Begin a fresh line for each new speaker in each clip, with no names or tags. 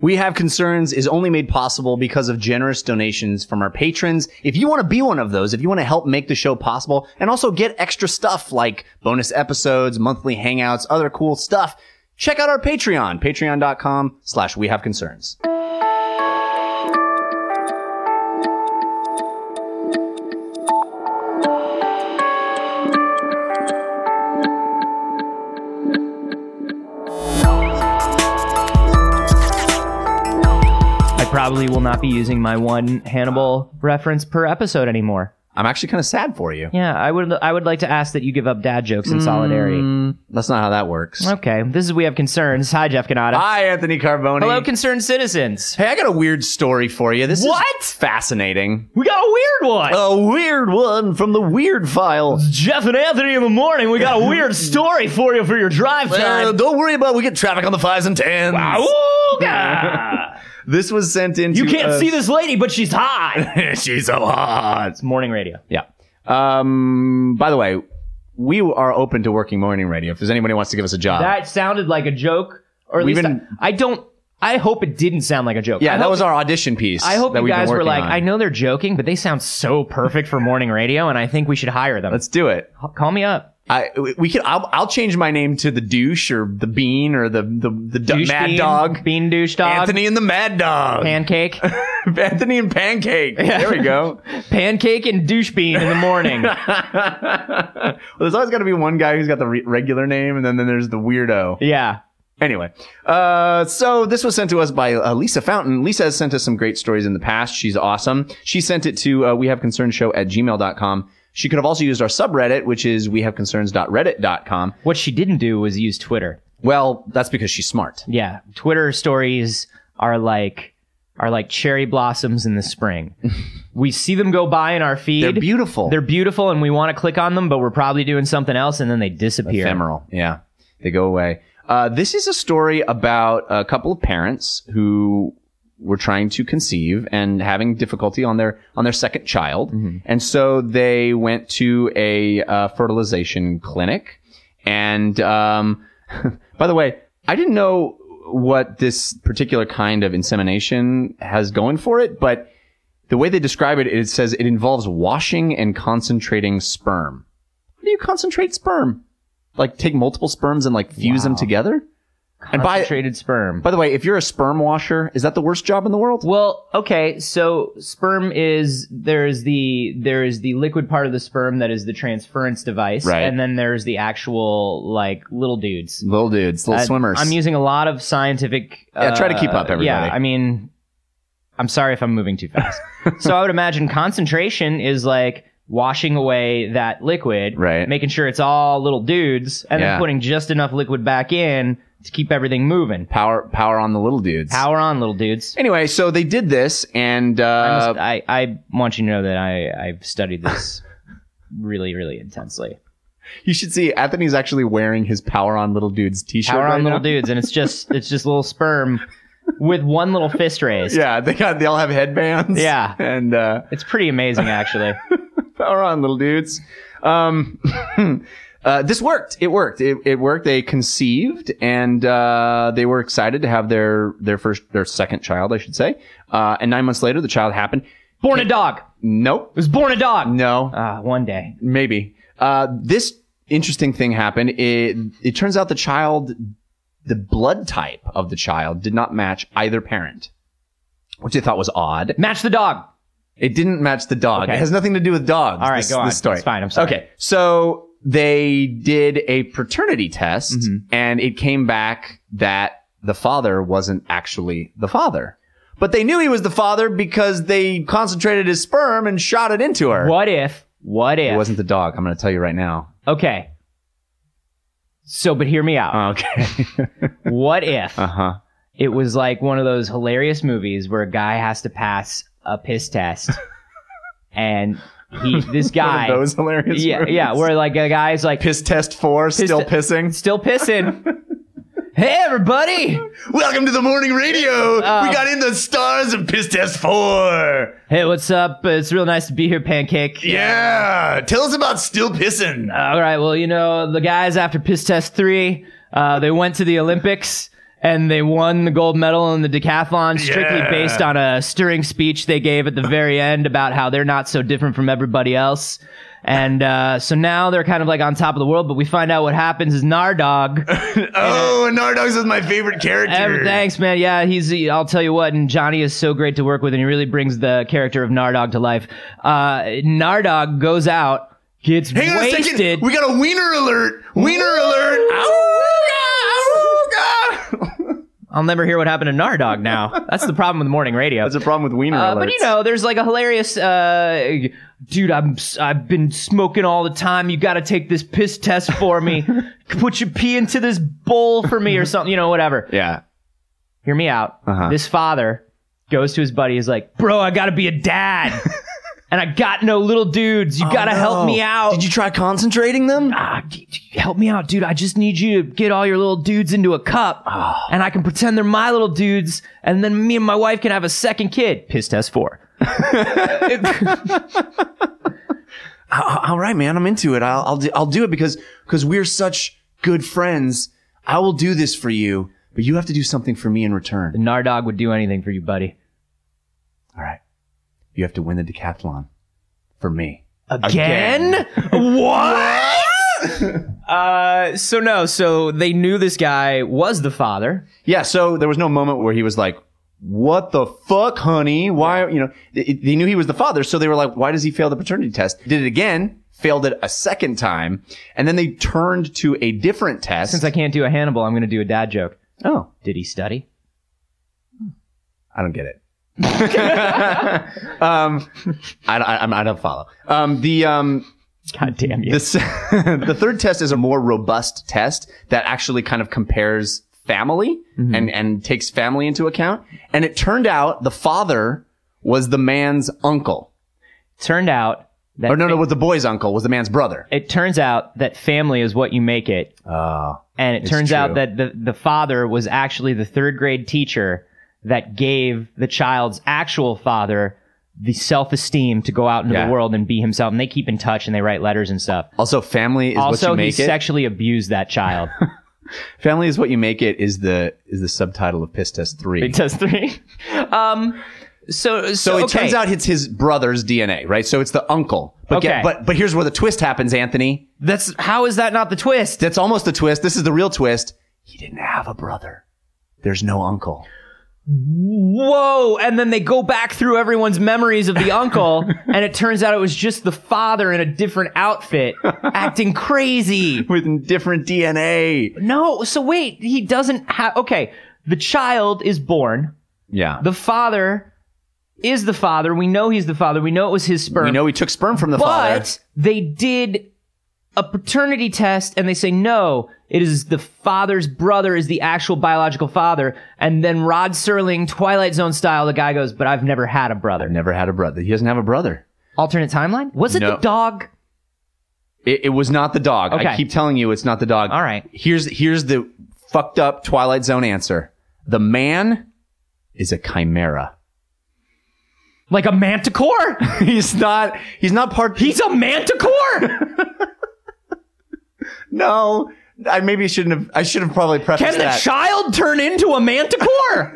We Have Concerns is only made possible because of generous donations from our patrons. If you want to be one of those, if you want to help make the show possible and also get extra stuff like bonus episodes, monthly hangouts, other cool stuff, check out our Patreon, patreon.com slash we have concerns.
I probably will not be using my one Hannibal reference per episode anymore.
I'm actually kind of sad for you.
Yeah, I would. I would like to ask that you give up dad jokes in
Mm.
solidarity.
That's not how that works.
Okay, this is we have concerns. Hi, Jeff Canada.
Hi, Anthony Carboni.
Hello, concerned citizens.
Hey, I got a weird story for you. This is
What?
fascinating.
We got a weird one.
A weird one from the weird file.
Jeff and Anthony in the morning. We got a weird story for you for your drive
Uh, don't worry about it. we get traffic on the fives and tens.
Awooga!
This was sent in.
you can't see this lady, but she's hot.
this. She's so hot.
It's morning radio.
Yeah. Um. By the way, we are open to working morning radio. If there's anybody who wants to give us a job,
That sounded like a joke, or at
We've
least
been-
I, I don't. I hope it didn't sound like a joke.
yeah,
I
that
hope,
was our audition piece.
I hope
that
you
we've been
guys were
working
like,
on.
I know they're joking, but they sound so perfect for morning radio, and I think we should hire them.
Let's do it.
Call me up.
I we- we can. I'll, I'll change my name to the douche or the bean or the the the du-
Douche
mad
bean,
dog.
bean douche dog,
Anthony and the Mad Dog.
pancake,
Anthony and Pancake. There we go.
pancake, and douche bean in the morning.
well, there's always got to be one guy who's got the re- regular name, and then, then there's the weirdo.
yeah.
Anyway, uh, so this was sent to us by uh, Lisa Fountain. Lisa has sent us some great stories in the past. She's awesome. She sent it to uh, we have concerns show at gmail.com. She could have also used our subreddit, which is we have concerns.reddit.com.
What she didn't do was use Twitter.
Well, that's because she's smart.
Yeah, Twitter stories are like are like cherry blossoms in the spring. we see them go by in our feed.
They're beautiful.
They're beautiful, and we want to click on them, but we're probably doing something else, and then they disappear.
ephemeral. Yeah, they go away. Uh, this is a story about a couple of parents who were trying to conceive and having difficulty on their on their second child, and so they went to a uh, fertilization clinic. And um, by the way, I didn't know what this particular kind of insemination has going for it, but the way they describe it, it says it involves washing and concentrating sperm. How do you concentrate sperm? Like take multiple sperms and like fuse them together? And by
Concentrated sperm.
by the way, if you're a sperm washer, is that the worst job in the world?
well, okay, so sperm is there is the there is the liquid part of the sperm that is the transference device,
Right.
and then there's the actual like little dudes.
Little dudes, little
I-
swimmers.
I'm using a lot of scientific. uh,
Yeah, try to keep up, everybody.
Yeah, I mean, I'm sorry if I'm moving too fast. so I would imagine concentration is like washing away that liquid,
Right.
Making sure it's all little dudes, and
Yeah.
then putting just enough liquid back in to keep everything moving.
power power on the little dudes.
Power on, little dudes.
Anyway, so they did this and
I,
uh,
must- I, I want you to know that I, I've studied this really, really intensely.
you should see Anthony's actually wearing his power on little dudes t-shirt
Power
right
on, little
now.
dudes, and it's just it's just little sperm with one little fist raised.
Yeah, they got they all have headbands.
Yeah.
And uh
It's pretty amazing, actually.
power on little dudes um uh, this worked it worked it, it worked they conceived and uh, they were excited to have their their first their second child i should say uh, and nine months later the child happened
Born a dog.
nope
was born a dog.
no
Ah, one day.
maybe uh, this interesting thing happened it it turns out the child the blood type of the child did not match either parent which they thought was odd
Match the dog.
It didn't match the dog.
Okay.
It has nothing to do with dogs.
All right,
this,
go on.
This story.
It's fine, I'm sorry.
Okay, so they did a paternity test,
Mm-hmm.
and it came back that the father wasn't actually the father, but they knew he was the father because they concentrated his sperm and shot it into her.
What if? What if?
It wasn't the dog. I'm going to tell you right now.
okay. So, but hear me out.
Okay.
what if
uh huh.
it was like one of those hilarious movies where a guy has to pass a piss test, and he, this guy,
Those hilarious.
yeah,
movies.
yeah, where like a guy's like
piss test four, still
te-
pissing.
still pissing. hey, everybody.
Welcome to the morning radio.
Uh,
we got in the stars of piss test four.
Hey, what's up? It's real nice to be here, Pancake.
Yeah. Tell us about still pissing.
All right. Well, you know, the guys after piss test three, uh, they went to the Olympics and they won the gold medal in the decathlon strictly
Yeah.
based on a stirring speech they gave at the very end about how they're not so different from everybody else. And uh, so now they're kind of like on top of the world, but we find out what happens is Nardog.
Oh, and Nardog's is my favorite character.
Ev- thanks, man. Yeah, he's. I'll tell you what. And Johnny is so great to work with, and he really brings the character of Nardog to life. Uh, Nardog goes out, gets
Hang on a
wasted.
second. We got a wiener alert. Wiener alert. Ow, ooga, ooga.
I'll never hear what happened to Nardog now. That's the problem with morning radio.
That's a problem with wiener
Uh,
alerts.
but you know, there's like a hilarious, uh, dude. I'm I've been smoking all the time. You got to take this piss test for me. Put your pee into this bowl for me or something. You know, whatever.
yeah.
Hear me out.
Uh-huh.
This father goes to his buddy. He's like, "Bro, I got to be a dad, and I got no little dudes. You got to help me out.
Oh, Did you try concentrating them?
Ah, d- d- help me out, dude. I just need you to get all your little dudes into a
Uh-huh.
cup, and I can pretend they're my little dudes, and then me and my wife can have a second kid. Piss test four.
"Uh, all right, man, I'm into it. I'll I'll do, I'll do it because because we're such good friends. I will do this for you, but you have to do something for me in return.
Nardog would do anything for you, buddy.
All right, you have to win the decathlon for me.
Again? what? uh, so no, so they knew this guy was the father.
Yeah. So there was no moment where he was like, "What the fuck, honey? Why?" You know, they, they knew he was the father, so they were like, "Why does he fail the paternity test?" Did it again, failed it a second time, and then they turned to a different test.
Since I can't do a Hannibal, I'm going to do a dad joke.
oh,
Did he study?
I don't get it. um, I, I, I'm- I don't follow. Um, the um,
God damn you.
This, the third test is a more robust test that actually kind of compares family
Mm-hmm.
and, and takes family into account. And it turned out the father was the man's uncle.
Turned out that
Or no, no, was the boy's uncle, was the man's brother.
it turns out that family is what you make it.
Oh.
And it
It's
turns
true.
out that the, the father was actually the third grade teacher that gave the child's actual father the self esteem to go out into
Yeah.
the world and be himself. And they keep in touch and they write letters and stuff.
Also, family is
also,
what you
he
make it.
sexually abused that child.
family is what you make it is the is the subtitle of Piss Test 3.
Big test three. Um, so, so,
So it
okay.
turns out it's his brother's DNA, right? So it's the uncle. But
Okay.
get, but but here's where the twist happens, Anthony.
that's how is that not the twist?
That's almost the twist. This is the real twist. He didn't have a brother. There's no uncle.
Whoa! And then they go back through everyone's memories of the uncle, and it turns out it was just the father in a different outfit acting crazy.
with different DNA.
No, so wait, he doesn't have. Okay, the child is born.
Yeah.
The father is the father. We know he's the father. We know it was his sperm.
we know he took sperm from the father.
but they did a paternity test and they say no it is the father's brother is the actual biological father and then rod serling twilight zone style the guy goes but i've never had a brother
Never had a brother. He doesn't have a brother.
alternate timeline was it
No.
the dog
It, it was not the dog.
Okay.
I keep telling you, it's not the dog.
All right.
Here's here's the fucked up Twilight Zone answer. The man is a chimera.
like a manticore
He's not. He's not part.
he's a manticore
no. I maybe shouldn't have. I should have probably prefaced
can the
that.
child turn into a manticore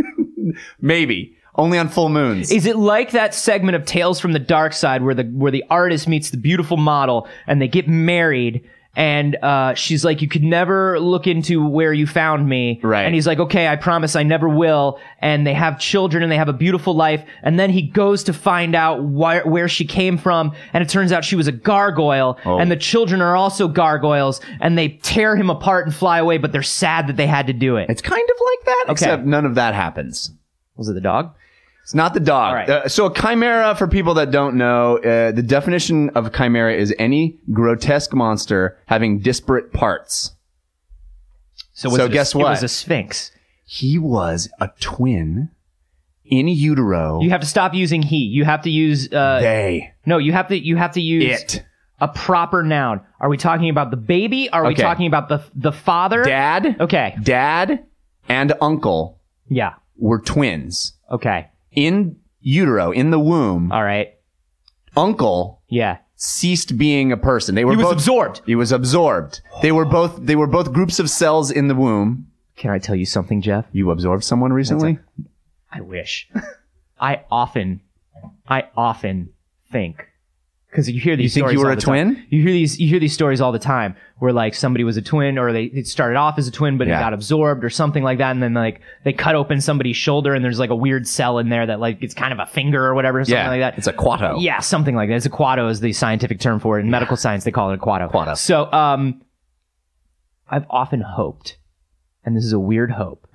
maybe only on full moons.
Is it like that segment of Tales from the Dark Side where the where the artist meets the beautiful model and they get married? And uh, she's like, you could never look into where you found me.
Right.
And he's like, okay, I promise I never will. And they have children and they have a beautiful life. And then he goes to find out why, where she came from. And it turns out she was a gargoyle.
Oh.
And the children are also gargoyles. And they tear him apart and fly away, but they're sad that they had to do it.
it's kind of like that, except none of that happens.
Was it the dog?
It's not the dog.
right.
Uh, so a chimera, for people that don't know, uh, the definition of a chimera is any grotesque monster having disparate parts.
So, was
So
it a-
guess
It
what?
was a sphinx.
He was a twin in utero.
You have to stop using he. You have to use uh
they
no, you have to you have to use
it
a proper noun. Are we talking about the baby? Are we
Okay.
talking about the the father?
dad,
Okay.
dad, and uncle
Yeah.
were twins
Okay.
in utero in the womb.
All right.
Uncle
Yeah.
ceased being a person. They were
He was
both
absorbed.
He was absorbed. They were both they were both groups of cells in the womb.
Can I tell you something, Jeff?
You absorbed someone recently?
I wish. I often, I often think because you hear these.
think
stories
you were
all
a
the time.
twin?
You hear these. You hear these stories all the time where like somebody was a twin or they it started off as a twin but
Yeah.
it got absorbed or something like that, and then like they cut open somebody's shoulder and there's like a weird cell in there that like it's kind of a finger or whatever, something
yeah.
like that.
It's a quato.
Yeah, something like that. It's a quado is the scientific term for it. In medical science, they call it a quado. Quado. So, um, I've often hoped, and this is a weird hope,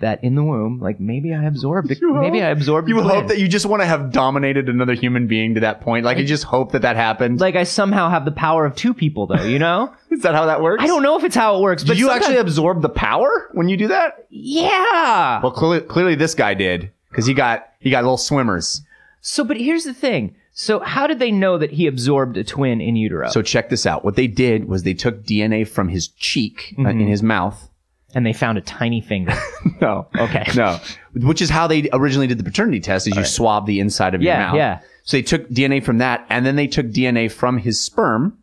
that in the womb, like maybe I absorbed, a, maybe I absorbed. a
You
twin.
hope that you just want to have dominated another human being to that point. Like, you just hope that that happened.
like I somehow have the power of two people, though. You know,
Is that how that works?
I don't know if it's how it works,
Do
but
you
sometimes-
actually absorb the power when you do that?
yeah.
Well, clearly, clearly this guy did because he got he got little swimmers.
So, but here's the thing. So, how did they know that he absorbed a twin in utero?
So check this out. What they did was they took DNA from his cheek uh, in his mouth.
and they found a tiny finger.
No.
Okay.
No. Which is how they originally did the paternity test is you swab the inside of your
Yeah,
mouth.
yeah.
So they took DNA from that and then they took DNA from his sperm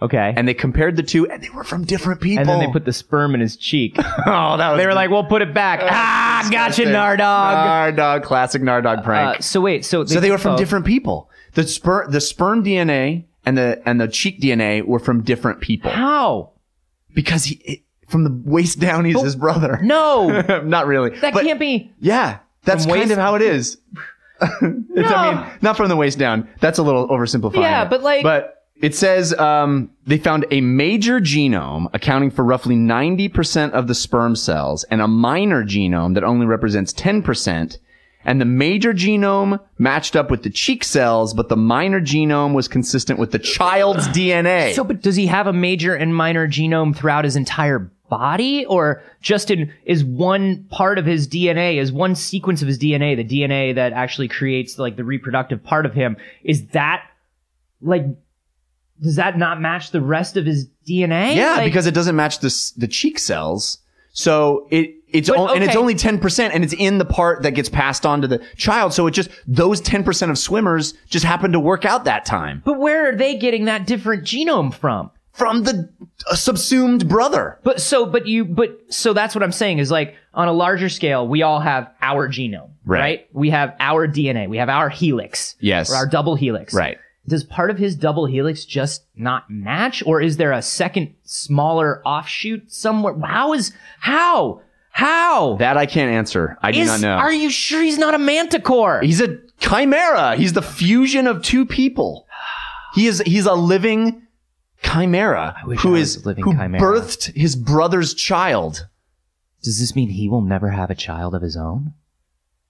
Okay.
and they compared the two and they were from different people.
and then they put the sperm in his cheek.
Oh, that was
They were like, "We'll put it back."
Uh,
ah, gotcha, Nardog.
Nardog, classic Nardog prank.
Uh, so wait, so they,
so they were from
oh,
different people. The sperm the sperm DNA and the and the cheek DNA were from different people.
How?
Because he from the waist down he's his brother.
No, that
Not really. But-
can't be.
Yeah, that's
From
kind
waist-
of how it is. It's- I mean, not from the waist down. That's a little oversimplifying.
Yeah,
it.
but like-
but it says um, they found a major genome accounting for roughly ninety percent of the sperm cells, and a minor genome that only represents ten percent. And the major genome matched up with the cheek cells, but the minor genome was consistent with the child's DNA.
So, but does he have a major and minor genome throughout his entire body, or just in is one part of his DNA, is one sequence of his DNA, the DNA that actually creates like the reproductive part of him, is that like? Does that not match the rest of his DNA?
yeah,
Like-
because it doesn't match the s- the cheek cells. So it it's
But,
on, and it's
okay.
only ten percent, and it's in the part that gets passed on to the child. So it just those ten percent of swimmers just happen to work out that time
but where are they getting that different genome from?
from the uh, subsumed brother.
But so, but you, but so that's what I'm saying is like on a larger scale, we all have our genome,
Right.
right? We have our DNA, we have our helix,
Yes.
or our double helix,
Right.
Does part of his double helix just not match, or is there a second smaller offshoot somewhere? How is how how
That I can't answer. I do
is-
not know.
Are you sure he's not a manticore?
he's a chimera. He's the fusion of two people. He is he's a living chimera
wish
who
I
is
was a living
who
chimera.
birthed his brother's child.
Does this mean he will never have a child of his own?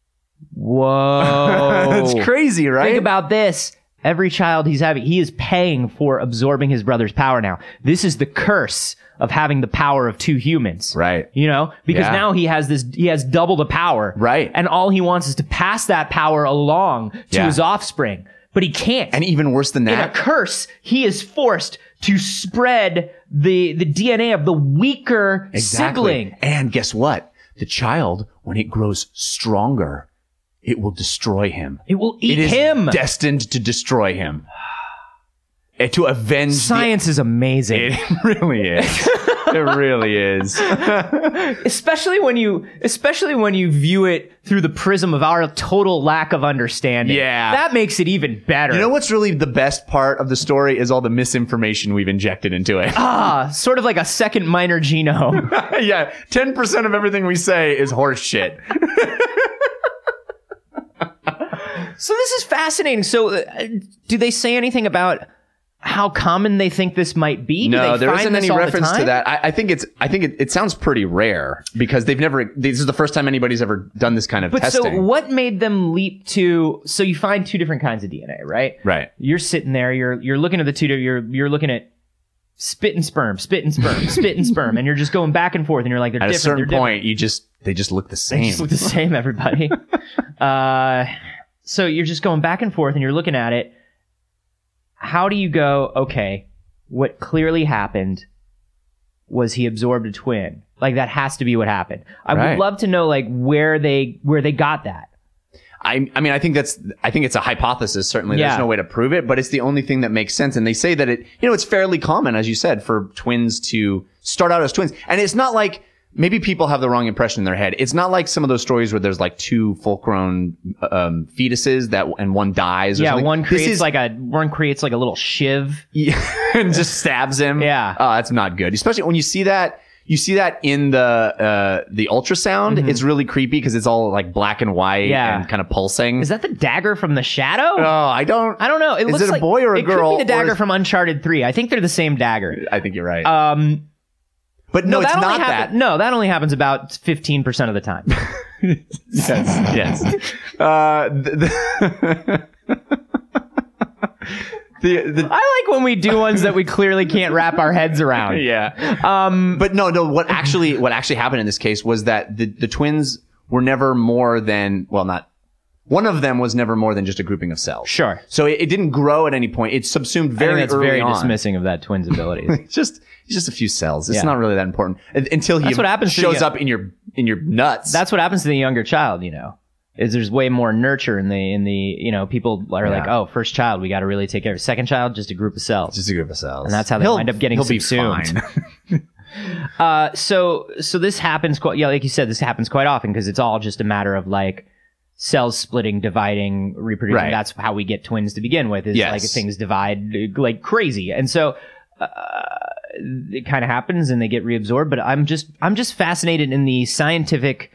Whoa,
That's crazy, right?
Oh. Think about this. Every child he's having, he is paying for absorbing his brother's power now. This is the curse of having the power of two humans.
Right.
You know, because
Yeah.
now he has this, he has double the power.
Right.
And all he wants is to pass that power along to
Yeah.
his offspring, but he can't.
and even worse than
In a
that,
curse, he is forced to spread the, the DNA of the weaker sibling.
And guess what? The child, when it grows stronger, it will destroy him.
It will
It
eat
is
him.
destined to destroy him. Eh, to avenge the-
Science is amazing.
it really is. it really is.
especially when you especially when you view it through the prism of our total lack of understanding
Yeah.
that makes it even better
You know what's really the best part of the story is all the misinformation we've injected into it.
ah sort of like a second minor genome
yeah, 10% of everything we say is horse shit.
so this is fascinating so uh, do they say anything about how common they think this might be do
No,
they
there
find
isn't
this
any
all the
reference to
time?
that. I, I think it's. I think it, it sounds pretty rare because they've never. This is the first time anybody's ever done this kind of
but
testing.
so what made them leap to so you find two different kinds of dna right
right.
you're sitting there, you're you're looking at the two, you're you're looking at spit and sperm, spit and sperm, spit and sperm, and you're just going back and forth, and you're like, they're
At a
different.
certain
they're
point, you just they just look the
different.
same.
They just look the same, everybody. uh, so you're just going back and forth, and you're looking at it. How do you go? Okay, what clearly happened was he absorbed a twin. Like that has to be what happened. I
Right.
would love to know like where they where they got that.
I, I mean, I think that's, I think it's a hypothesis. Certainly,
Yeah.
there's no way to prove it, but it's the only thing that makes sense. And they say that it, you know, it's fairly common, as you said, for twins to start out as twins. And it's not like maybe people have the wrong impression in their head. It's not like some of those stories where there's like two full grown um, fetuses that and one dies. Or
Yeah,
something.
one
This
creates
is-
like a one creates like a little shiv.
yeah, and just stabs him.
Yeah.
oh, that's not good. Especially when you see that. You see that in the uh, the ultrasound. It's really creepy because it's all like black and white
Mm-hmm. Yeah.
and kind of pulsing.
Is that the dagger from the shadow?
oh, I don't.
I don't know. It
Is
looks
it a
like-
boy or a
it
girl,
Could be
or
the dagger
is-
from Uncharted Three. I think they're the same dagger.
I think you're right.
Um,
but no, it's
that
not
only
that.
happen- No, that only happens about fifteen percent of the time.
yes, yes. Uh, the, the, the, the
I like when we do ones that we clearly can't wrap our heads around.
yeah. Um, but no, no. What actually, what actually happened in this case was that the the twins were never more than well, not one of them was never more than just a grouping of cells.
Sure.
So it, it didn't grow at any point. It's subsumed
I think
very
that's
early
very
on.
dismissing of that twin's abilities.
It's just it's just a few cells. It's
Yeah.
not really that important Un- until he
That's what happens to
shows
you.
up in your in your nuts.
that's what happens to the younger child, you know. Is there's way more nurture in the in the you know people are like
Yeah.
oh first child we got to really take care of second child just a group of cells
just a group of cells,
and that's how they
He'll-
wind up getting
he'll be
subsumed.
fine.
Uh, so so this happens quite yeah like you said this happens quite often because it's all just a matter of like cells splitting dividing reproducing
Right.
that's how we get twins to begin with is
Yes.
like things divide uh, like crazy and so uh, it kind of happens and they get reabsorbed but i'm just i'm just fascinated in the scientific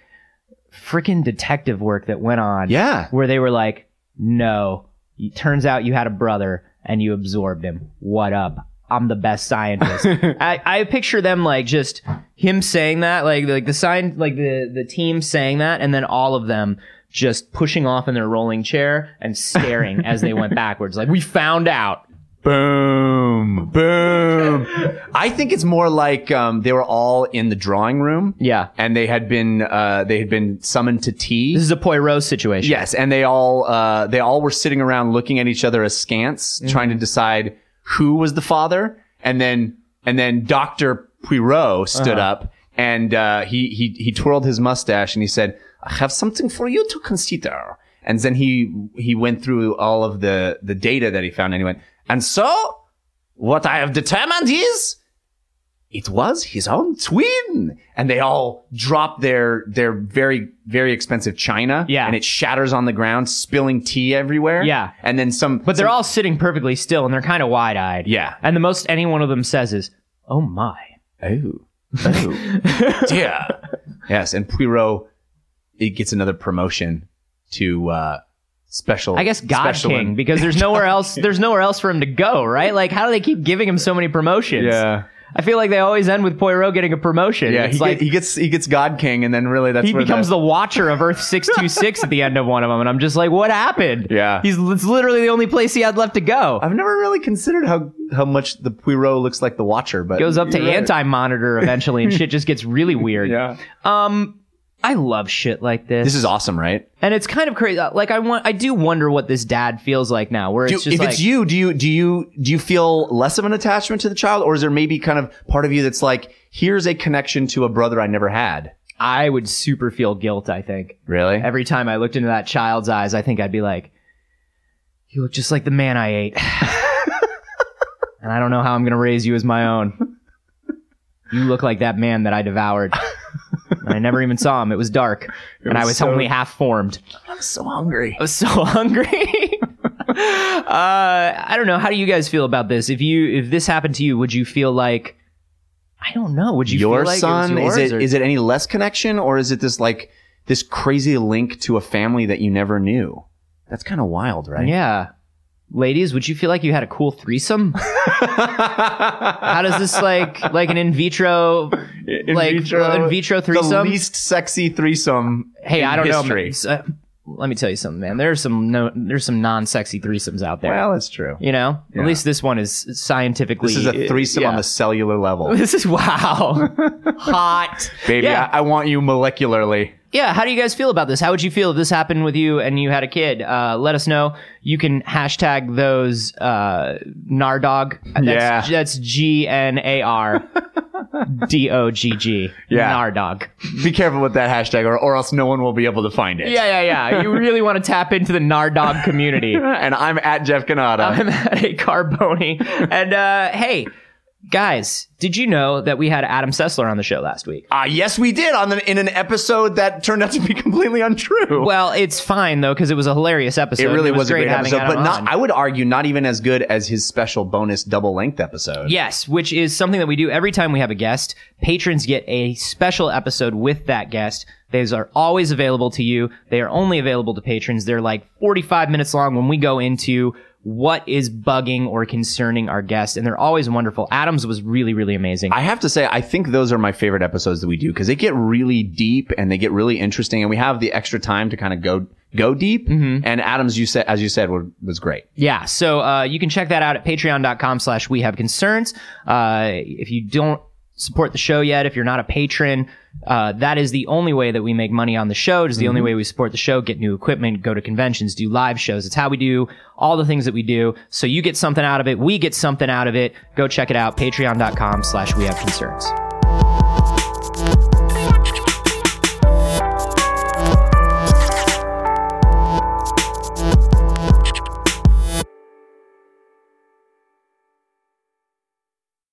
freaking detective work that went on
yeah.
where they were like, "No, it turns out you had a brother and you absorbed him. What up? I'm the best scientist." I, I picture them like just him saying that, like like the sign, like the the team saying that, and then all of them just pushing off in their rolling chair and staring as they went backwards. Like we found out.
Boom. Boom. I think it's more like um, they were all in the drawing room.
Yeah,
And they had been uh, they had been summoned to tea.
this is a Poirot situation.
yes, and they all uh, they all were sitting around looking at each other askance, trying to decide who was the father. And then and then Doctor Poirot stood up and uh, he he he twirled his mustache and he said, "I have something for you to consider." And then he he went through all of the the data that he found and he went, and so what I have determined is it was his own twin. And they all drop their their very, very expensive china.
Yeah.
And it shatters on the ground, spilling tea everywhere.
Yeah.
And then some
but they're all sitting perfectly still and they're kind of wide eyed.
Yeah.
and the most any one of them says is, "Oh my."
Oh. Oh. Dear. Yes, and Poirot it gets another promotion to uh special
I guess God
special
King because there's nowhere else there's nowhere else for him to go, right? Like how do they keep giving him so many promotions?
yeah,
I feel like they always end with Poirot getting a promotion.
yeah.
It's
He,
like
get- he gets he gets God King, and then really that's
he
where
becomes the watcher of Earth 626 at the end of one of them and I'm just like what happened?
Yeah.
He's it's literally the only place he had left to go.
I've never really considered how how much the Poirot looks like the Watcher, but
Goes up to
You're right.
anti-monitor eventually and shit just gets really weird.
Yeah,
Um I love shit like this.
this is awesome, right?
and it's kind of crazy. uh, Like I want I do wonder what this dad feels like now where
Do,
it's just
if
like
it's you, do you do you do you feel less of an attachment to the child, or is there maybe kind of part of you that's like, here's a connection to a brother I never had?
I would super feel guilt, I think.
Really?
every time I looked into that child's eyes, I think I'd be like, "You look just like the man I ate," and I don't know how I'm gonna raise you as my own. You look like that man that I devoured. and I never even saw him. It was dark, and I
was
was
so-
only half formed.
I'm so hungry.
I was so hungry. uh, I don't know. How do you guys feel about this? If you if this happened to you, would you feel like I don't know? Would you
Your
feel like
son
it was yours,
is it
or-
is it any less connection, or is it this like this crazy link to a family that you never knew? That's kind of wild, right?
Yeah. Ladies, would you feel like you had a cool threesome? How does this like like an in vitro
In
like uh, in vitro
the
threesome?
least sexy threesome.
hey,
in
I don't
history.
know. man. S- uh, let me tell you something, man. There's some no there's some non-sexy threesomes out there.
Well, that's true.
you know?
yeah.
At least this one is scientifically
This is a threesome
yeah.
on the cellular level.
This is wow. Hot.
Baby,
Yeah.
I, I want you molecularly.
yeah how do you guys feel about this how would you feel if this happened with you and you had a kid uh, let us know you can hashtag those uh, nardog that's,
Yeah.
that's g-n-a-r d-o-g-g
Yeah.
nardog
Be careful with that hashtag, or, or else no one will be able to find it.
yeah yeah yeah you really want to tap into the nardog community Uh-huh.
And I'm at Jeff Canada.
I'm at a Carboni. and uh, hey, guys, did you know that we had Adam Sessler on the show last week?
Ah, yes, we did on the, in an episode that turned out to be completely untrue.
Well, it's fine though because it was a hilarious episode.
it
and
really
was, great, having
episode,
Adam
but not.
on.
I would argue not even as good as his special bonus double length episode.
Yes, which is something that we do every time we have a guest. Patrons get a special episode with that guest. These are always available to you. They are only available to patrons. They're like 45 minutes long when we go into what is bugging or concerning our guest, and they're always wonderful. Adam's was really, really amazing.
I have to say, I think those are my favorite episodes that we do because they get really deep and they get really interesting, and we have the extra time to kind of go go deep.
Mm-hmm.
And Adams, you said as you said, wa- was great.
Yeah, so uh, you can check that out at patreon.com slash we have concerns. Uh, if you don't support the show yet, if you're not a patron, uh, that is the only way that we make money on the show. It is the only way we support the show, get new equipment, go to conventions, do live shows. It's how we do all the things that we do. So you get something out of it. We get something out of it. Go check it out. Patreon.com slash we have concerns.